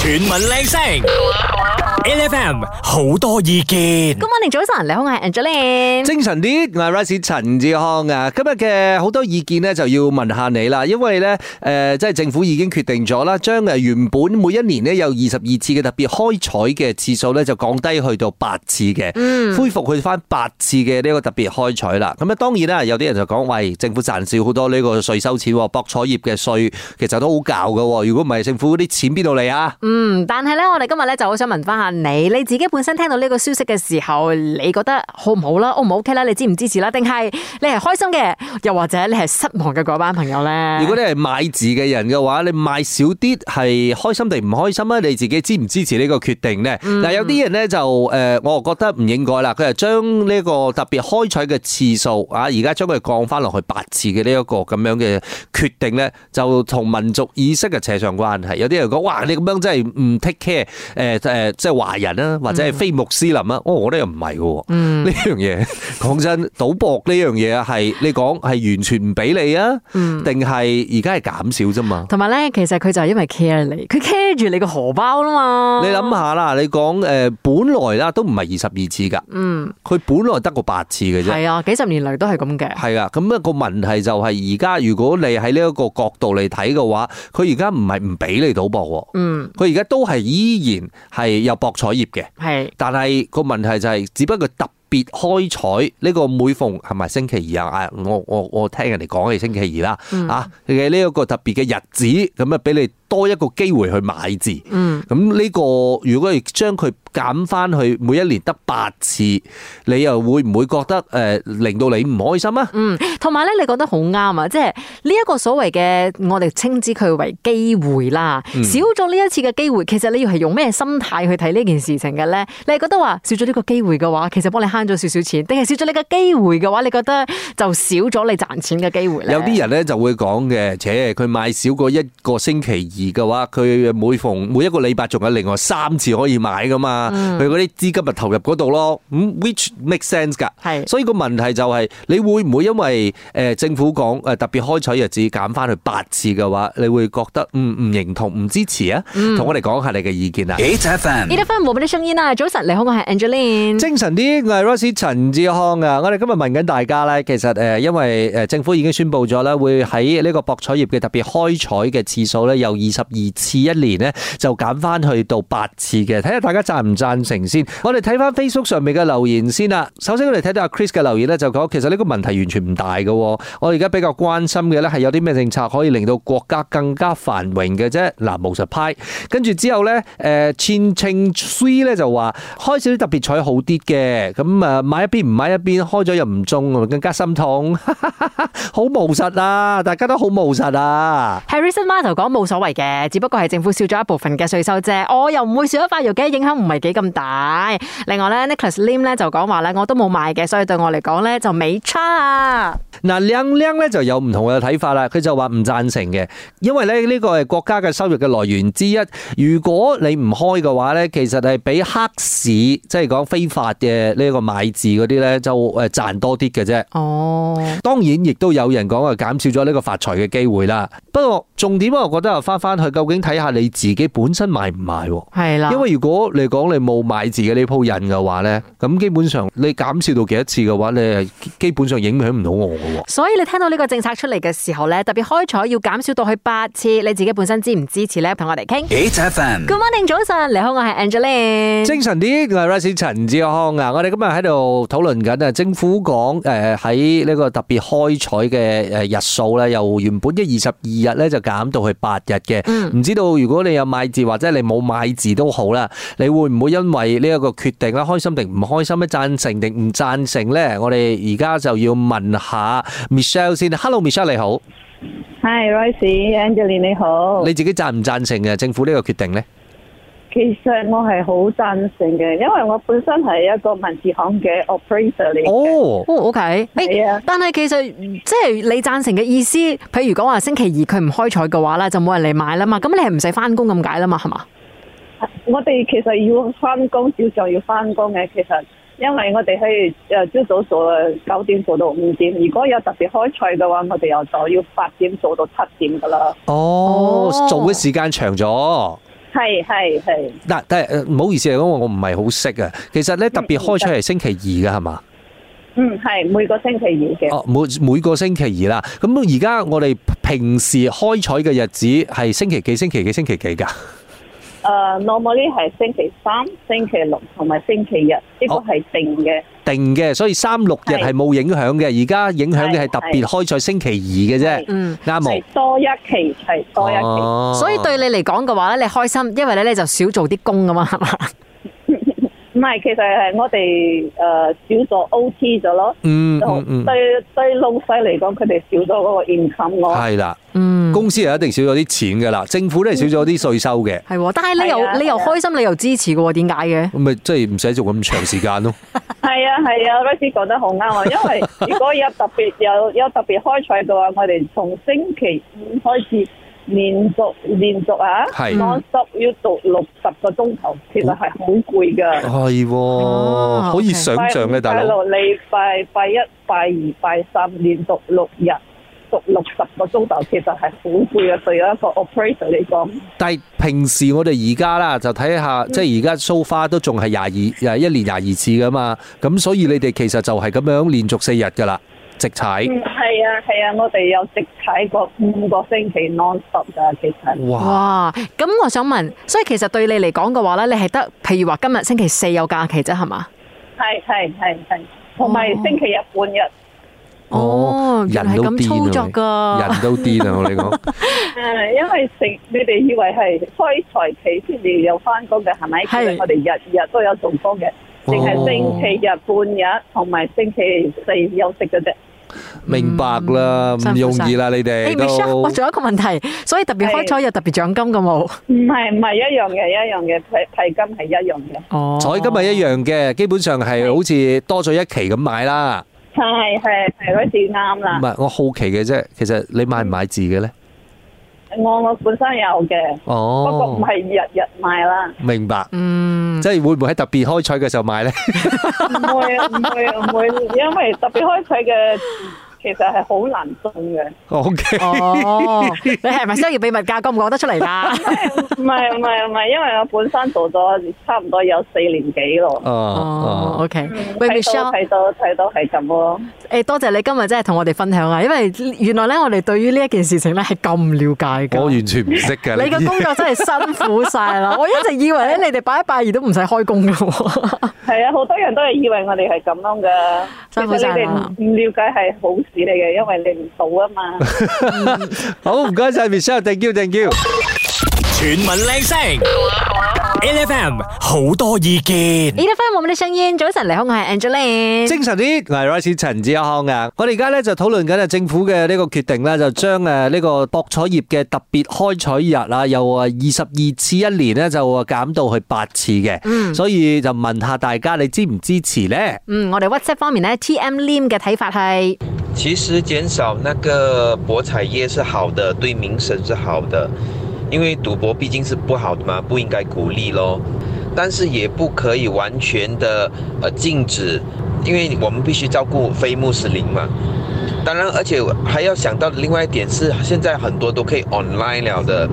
全民靚聲，LFM 好多意見。 Good morning，早晨，你好，我係 Angeline。精神啲，我係 Rice 陳志康啊！今日嘅好多意見咧，就要問下你啦，因為咧，誒、即係政府已經決定咗啦，將誒原本每一年咧有二十二次嘅特別開採嘅次數咧，就降低去到八次嘅，恢復去翻八次嘅呢個特別開採啦。咁啊，當然啦，有啲人就講，喂，政府賺少好多呢個税收錢喎，博彩業嘅税其實都好教嘅喎，如果唔係政府嗰啲錢邊度嚟啊？嗯，但係咧，我哋今日咧就好想問翻下你，你自己本身聽到呢個消息嘅時候，你覺得好唔好啦？O 唔 OK 啦？你支唔支持啦？定係你係開心嘅，又或者你係失望嘅嗰班朋友咧？如果你係買字嘅人嘅話，你買少啲係開心定唔開心啊？你自己支唔支持呢個決定呢？嗱，有啲人呢，就誒、呃我覺得唔應該啦。佢係將呢個特別開採嘅次數啊，而家將佢降翻落去八次嘅呢一個咁樣嘅決定呢，就同民族意識嘅扯上關係。有啲人講：哇，你咁樣真係唔 take care 誒、誒，即係華人啊，或者係非穆斯林啊。哦，我覺得又唔係嘅喎。呢樣嘢 講真，賭博呢樣嘢係你講係完全唔俾你啊，定係而家係減少啫嘛？同埋咧，其實佢就係因為 care 你，佢 care 住你個荷包啦嘛。你諗下啦，你講誒、呃本來啦都唔係二十二次噶，嗯，佢本來得個八次嘅啫。係啊，幾十年嚟都係咁嘅。係啊，咁、一個問題就係而家如果你喺呢一個角度嚟睇嘅話，佢而家唔係唔俾你賭博喎，嗯，佢而家都係依然係有博彩業嘅，係。但係個問題就係、只不過特別開採呢個每逢係咪星期二啊？啊我我我聽人哋講係星期二啦，啊嘅呢一個特別嘅日子，咁啊俾你多一個機會去買字。嗯，咁呢、個如果係將佢減翻去每一年得八次，你又會唔會覺得誒、呃令到你唔開心啊？嗯， 同埋咧，你講得好啱啊！即係呢一個所謂嘅，我哋稱之佢為機會啦。嗯少咗呢一次嘅機會，其實你要係用咩心態去睇呢件事情嘅咧？你係覺得話少咗呢個機會嘅話，其實幫你慳咗少少錢，定係少咗呢個機會嘅話，你覺得就少咗你賺錢嘅機會咧？有啲人咧就會講嘅，且佢買少過一個星期二嘅話，佢每逢每一個禮拜仲有另外三次可以買噶嘛，嗯佢嗰啲資金咪投入嗰度咯。咁、w h i c h make sense 㗎。係所以個問題就係、你會唔會因為誒、呃政府講誒、呃特別開採日子減翻去八次嘅話，你會覺得唔唔認同、唔支持啊？嗯同、我哋講下你嘅意見啊！ 8FM 呢啲 E 分冇俾啲聲音啦。早晨，你好，我係 Angeline。精神啲，我係 Rosie 陳志康啊！我哋今日問緊大家咧，其實誒，因為誒政府已經宣布咗啦，會喺呢個博彩業嘅特別開採嘅次數咧，由二十二次一年咧就減翻去到八次嘅，睇下大家贊唔贊成先。我哋睇翻 Facebook 上面嘅留言先啦。首先我哋睇到阿 Chris 嘅留言咧，就講其實呢個問題完全唔大嘅喎，我而家比較關心嘅咧係有啲咩政策可以令到國家更加繁榮嘅啫。嗱，務實派。跟住之後咧，誒千稱 three 咧就話開少啲特別彩好啲嘅，咁啊買一邊唔買一邊，開咗又唔中，啊更加心痛，好務實啊！大家都好務實啊！ Harrison Ma 就講冇所謂嘅，只不過係政府少咗一部分嘅税收啫，我又唔會少咗塊肉嘅，影響唔係幾咁大。另外咧，Nicholas Lim 咧就講話咧，我都冇買嘅，所以對我嚟講咧就未差啊。嗱，靚靚咧就有唔同嘅睇法啦，佢就話唔贊成嘅，因為咧呢個係國家嘅收入嘅來源之一。如果你唔開嘅話咧，其實係比黑市，即係講非法嘅呢個買字嗰啲咧，就誒賺多啲嘅啫。哦，當然亦都有人講啊，減少咗呢個發財嘅機會啦。不過重點我覺得又翻翻去，究竟睇下你自己本身買唔買喎。係啦，因為如果你講你冇買自己呢鋪印嘅話呢，咁基本上你減少到幾多次嘅話，你係基本上影響唔到我嘅喎。所以你聽到呢個政策出嚟嘅時候咧，特別開採要減少到去八次，你自己本身支唔支持咧？同我哋傾。 8FM Good morning，早晨，你好，我係 Angeline。精神啲，我係 Rice 陳志康啊！我哋今日喺度討論緊啊，政府講誒喺呢個特別開採嘅呃誒日數咧，由原本嘅二十二日咧就減到去八日嘅。唔、知道如果你有買字或者你冇買字都好啦，你會唔會因為呢一個決定咧開心定唔開心咧？贊成定唔贊成咧？我哋而家就要問下 Michelle 先。Hello Michelle 你好， Hi Rice，Angeline 你好。你自己贊唔贊成嘅政府呢個決定呢？其實我係好贊成嘅，因為我本身係一個文字行嘅 operator 嚟嘅。哦，哦，OK，係啊誒，但係其實即係你贊成嘅意思，譬如講話星期二佢唔開採嘅話啦，就冇人嚟買啦嘛，咁你係唔使翻工咁解啦嘛，係嘛？我哋其實要翻工，照常要翻工嘅。其實因為我哋係誒朝早做九點做到五點，如果有特別開賽嘅話，我哋又就要八點做到七點噶啦。哦哦，做嘅時間長咗。係係係，嗱，但係呃誒唔好意思嚟講，我唔係好識啊。其實咧特別開採係星期二嘅係嘛？嗯係每個星期二嘅，哦，每每個星期二啦。咁而家我哋平時開採嘅日子係星期幾、星期幾、星期幾㗎？誒呃 normally 係星期三、星期六同埋星期日，呢個哦係定嘅，定嘅，所以三六日係係冇影響嘅。而家影響嘅係係特別開採星期二嘅啫係，嗯。啱係冇？多一期係多一期，哦所以對你嚟講嘅話咧，你開心，因為咧你就少做啲工啊噶嘛，係嘛？唔係其實係我哋誒少咗 OT 咗咯。哦嗯嗯嗯，對對老細嚟講，佢哋少咗嗰個 income 咯。係啦，嗯，公司係一定少咗啲錢㗎啦，政嗯府咧少咗啲税收嘅。係喎。但係你係啊又你又係啊開心，你又支持嘅喎，點解嘅？咁咪即係唔使做咁長時間咯。係啊係啊，嗰時講得好啱啊！因 為如果有特別有有特別開採嘅話，我哋從星期五開始連續連續啊係 non stop 要讀六十個鐘頭，其實係好攰㗎。係哦喎，可以 OK 想像嘅大拜佬。六禮拜拜一、拜二、拜三連續六日讀六十個鐘頭，其實係好攰啊！對一個 operator 嚟講。但係平時我哋而家啦，就睇下，即係而家 so far 都仲係廿二誒一年廿二次噶嘛，咁所以你哋其實就係咁樣連續四日噶啦，直踩。嗯，係啊，係啊，我哋有直踩過五個星期 non stop 㗎，其實哇！哇！咁我想問，所以其實對你嚟講嘅話咧，你係得譬如話今日星期四有假期啫，係嘛？係係係係，同埋星期日半日，哦原來人係都咁操作癲啊！㗎人都癲啊！我哋講誒，因為成你哋以為係開財期先至有翻工嘅，係咪？其係實我哋日日都有做工嘅，哦淨係星期日半日同埋星期四休息嘅啫。明白啦，唔容易啦，你誒哋哎 Michelle，都我仲有一個問題，所以特別開採有特別獎金嘅冇？唔係唔係一樣嘅，一樣嘅提提金係一樣嘅，哦彩金係一樣嘅，基本上係好似多咗一期咁買啦。係係係嗰時啱唔啦。係我好奇嘅啫，其實你買唔買字嘅咧？我我本身有嘅，不過唔哦，係日日賣啦。明白，嗯。即係會唔會喺特別開採嘅時候買咧？ 唔會啊，唔會啊，唔會，因為特別開啟嘅其實係好難中嘅。 O K， 哦，你係咪商業秘密㗎？講唔講得出嚟㗎？唔係唔係唔係，因為我本身做咗差唔多有四年幾咯。 哦哦， ，OK，喂睇到，Michelle，睇到睇到係咁咯，誒多謝你今日真係同我哋分享啊，因為原來咧我哋對於呢一件事情咧係咁唔了解㗎。我完全唔識㗎。你嘅工作真係辛苦晒 啦！我一直以為咧，你哋拜一拜二都唔使開工㗎喎。 係啊，好多人都係以為我哋係咁樣嘅，其辛實苦晒你哋啦唔了解係好事嚟嘅，因為你唔到啊嘛。好，唔該晒 Michelle，thank you，thank you。全民靚聲，L F M 好多意見。 E F M 冇乜啲聲音，早晨，你好，我係 Angeline。精神啲，嗱 r i c e 陳志康啊，我哋而家咧就討論緊啊政府嘅呢個決定咧，就將誒呢個博彩業嘅特別開採日啊，由啊二十二次一年咧就啊減到去八次嘅，所以就問下大家你支唔支持咧？嗯，我哋 WhatsApp 方面咧，T M Lim 嘅睇法係，其实减少那个博彩业是好的，对民生是好的，因为赌博毕竟是不好的嘛，不应该鼓励咯。但是也不可以完全的呃禁止，因为我们必须照顾非穆斯林嘛。当然，而且还要想到另外一点是，现在很多都可以 online 了的，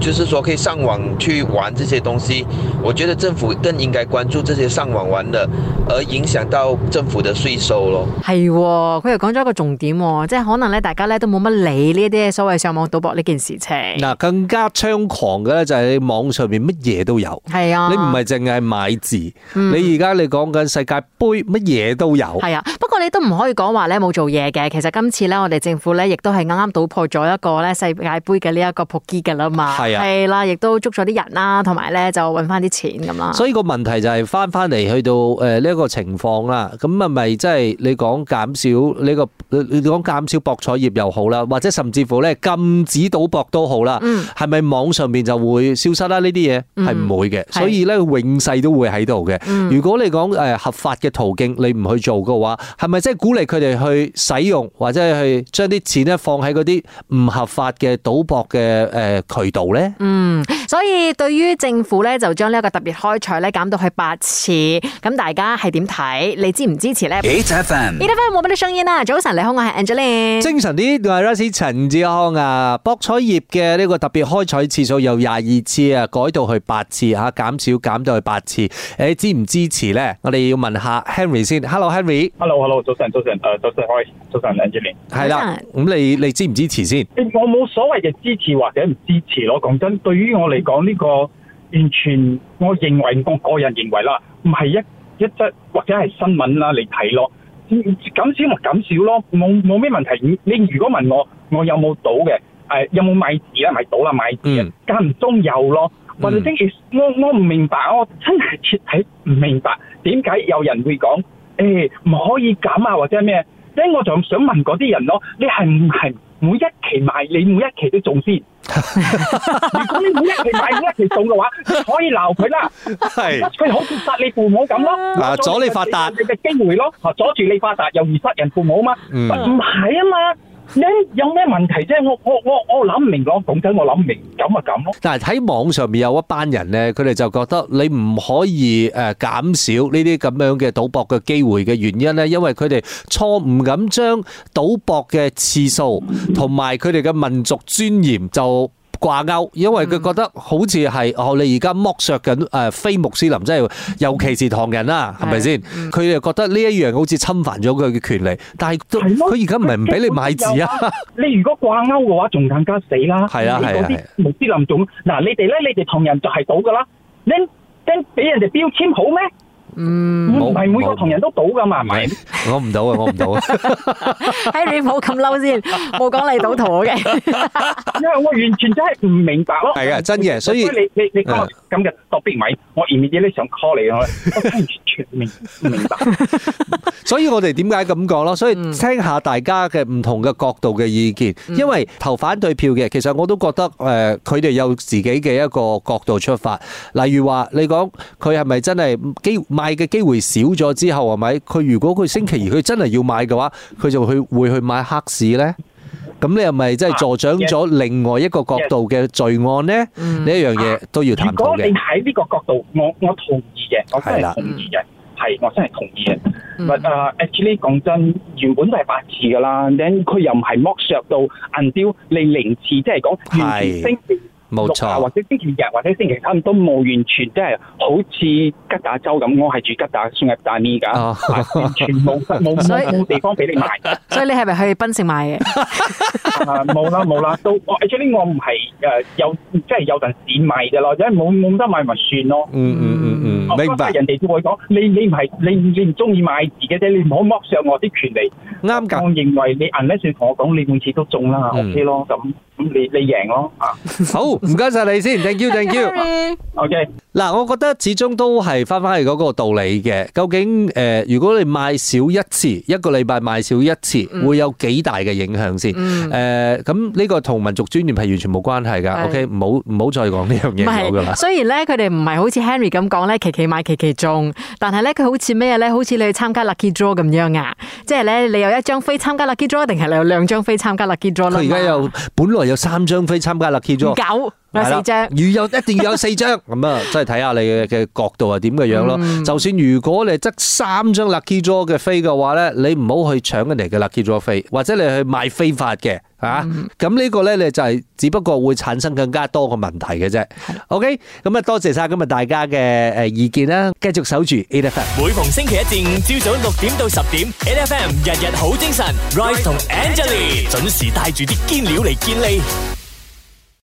就是说可以上网去玩这些东西。我觉得政府更应该关注这些上网玩的，而影响到政府的税收咯。係喎，佢又講咗一個重點喎，即係可能咧，大家咧都冇乜理呢啲所謂上網賭博呢件事情。嗱，更加猖狂嘅咧就係你網上面乜嘢都有。係啊，嗯你唔係淨係買字，你而家你講緊世界盃乜嘢都有，係啊，不過你都唔可以講話咧冇做嘢嘅。其實今次咧，我哋政府咧亦都係啱啱倒破咗一個咧世界盃嘅呢一個撲擊㗎啦嘛。係啊係啦，亦都捉咗啲人啦，同埋咧就揾翻啲錢咁啦。所以個問題就係翻翻嚟去到誒呢一個情況啦，咁係咪即係你講減少呢、個你你講減少博彩業又好啦，或者甚至乎咧禁止賭博都好啦，係咪、網上面就會消失啦？呢啲嘢係唔會嘅，係所以咧永世都會喺度嘅。如果你講誒合法嘅途徑，你唔去做嘅話，係咪即係鼓勵佢哋去使呃用或者係去將啲錢咧放喺嗰啲唔合法嘅賭博嘅誒渠道咧？咧？嗯，所以對於政府咧就將呢一個特別開賽咧減到去八次，咁大家係點睇？你支唔支持8咧？FM. 呢得翻冇乜啲聲音啦。早晨，你好，我係 Angeline。精神啲，我係 Rice 陳志康啊！博彩業嘅呢個特別開採次數由廿二次啊，改到去八次嚇，減少減到去八次。誒支唔支持咧？我哋要問下 Henry 先。Hello Henry， Hello，Hello，早晨，早晨，誒，早晨開，早晨 Angeline。係啦，早咁你你支唔支持先？我冇所謂嘅支持或者唔支持咯，講真，對於我嚟講呢個完全，我認為我個人認為啦，唔係一一則或者係新聞啦，你睇咯，嗯減少咪減少咯，冇冇咩問題。你你如果問我，我有冇賭嘅？誒、有冇買字啦？咪賭啦，買字嗯啊，間唔中有咯。或者嗯即係我我唔明白，我真係徹底唔明白點解有人會講誒唔可以減啊，或者咩？即係我就想問嗰啲人咯，你係唔係每一期買你每一期都中先？如果你每一期買每一期中嘅話，你可以鬧佢啦，係佢好似殺你父母咁咯，啊阻你發達你嘅機會咯，啊阻住你發達又如殺人父母嘛，唔嗯係啊嘛，你有咩問題啫？我我我我諗唔明咯，講真我諗唔明，咁咪咁咯。但係喺網上面有一班人咧，佢哋就覺得你唔可以誒減少呢啲咁樣嘅賭博嘅機會嘅原因咧，因為佢哋錯誤咁將賭博嘅次數同埋佢哋嘅民族尊嚴就。掛鈎，因為佢覺得好似係哦，你而家剝削緊誒非穆斯林，即係尤其是唐人啦，係咪先？佢哋覺得呢一樣好似侵犯咗佢嘅權利，但係都係咯佢而家唔係唔俾你買字啊，你如果掛鈎嘅話，仲更加死啦。係啊你係啊嗰係啊啲穆斯林種嗱，你哋咧，你哋唐人就係賭噶啦。你你俾人哋標籤好咩？嗯唔係每冇個唐人都賭噶嘛，係咪？我唔到啊，我唔到啊。 ，Harry 冇咁嬲先，冇講你賭徒 嘅。因為我完全真係唔明白咯。係啊真嘅所以你你你講咁嘅特別米，我 immediately 想 call 你，我我真係完全明唔明白。所以我哋點解咁講咯？所以聽下大家嘅唔同嘅角度嘅意見，因為投反對票嘅，其實我都覺得誒，呃佢、哋有自己嘅一個角度出發。例如話，你講佢係咪真係機買嘅機會少咗之後係咪？佢如果佢星期二佢真係要買嘅話，佢就去會去買黑市呢？咁你係咪真係助長咗另外一個角度嘅罪案呢？呢一樣嘢都要探如果討你嘅。喺呢個角度，我我同意嘅，我真係啦係同意嘅，係我真係同意嘅。嗯 But 啊，actually 講真，原本都係八次噶啦，then 佢又唔係剝削到 until 你零次，即係講完全係星期六冇啊，錯或。者星期日或者星期三都冇完全，即係好似吉打州咁，我係住吉打送入大咪㗎，哦啊完全冇冇 所以冇冇地方俾你 賣。所以你係咪去檳城買嘅？啊冇啦冇啦，都我 actually 我唔係誒有即係有陣時買嘅咯，因為冇冇得買咪算咯。嗯嗯嗯嗯，明白人哋都會講你你唔係你你唔中意買字嘅啫，你唔好剝削我啲權利。啱㗎。我認為你 unless 你同我講你每次都中啦嗯，OK 咯，咁咁你你贏咯啊好， 唔該晒你先，thank you，thank you。 ，OK。嗱，我覺得始終都係翻翻去嗰個道理嘅。究竟誒、呃如果你賣少一次，一個禮拜賣少一次，會有幾大嘅影響先？誒、咁呢個同民族專業係完全冇關係㗎。係 OK，唔好唔好再講呢樣唔嘢咗㗎係，啦。雖然咧佢哋唔係好似 Henry 咁講咧，期期買期期中，但係咧佢好似咩咧？好似你去參加 Lucky Draw 咁樣啊！即係咧，你有一張飛參加 Lucky Draw，定係你有兩張飛參加 Lucky Draw 啦？佢而家有本來有三張飛參加 Lucky 唔 Draw。搞，有係啦四張。要有一定要有四張，咁啊，真係睇下你嘅角度係點嘅樣咯。就算如果你得三張 lucky draw 嘅飛嘅話咧，你唔好去搶人哋嘅 lucky draw 飛，或者你去買非法嘅啊。咁呢個咧，你就係只不過會產生更加多嘅問題嘅啫。OK，咁啊，多謝晒今日大家嘅誒意見啦，繼續守住 A F M。每逢星期一至五朝早六點到十點，N F M 日日好精神，Rise 同 Angelie 準時帶住啲堅料嚟健利。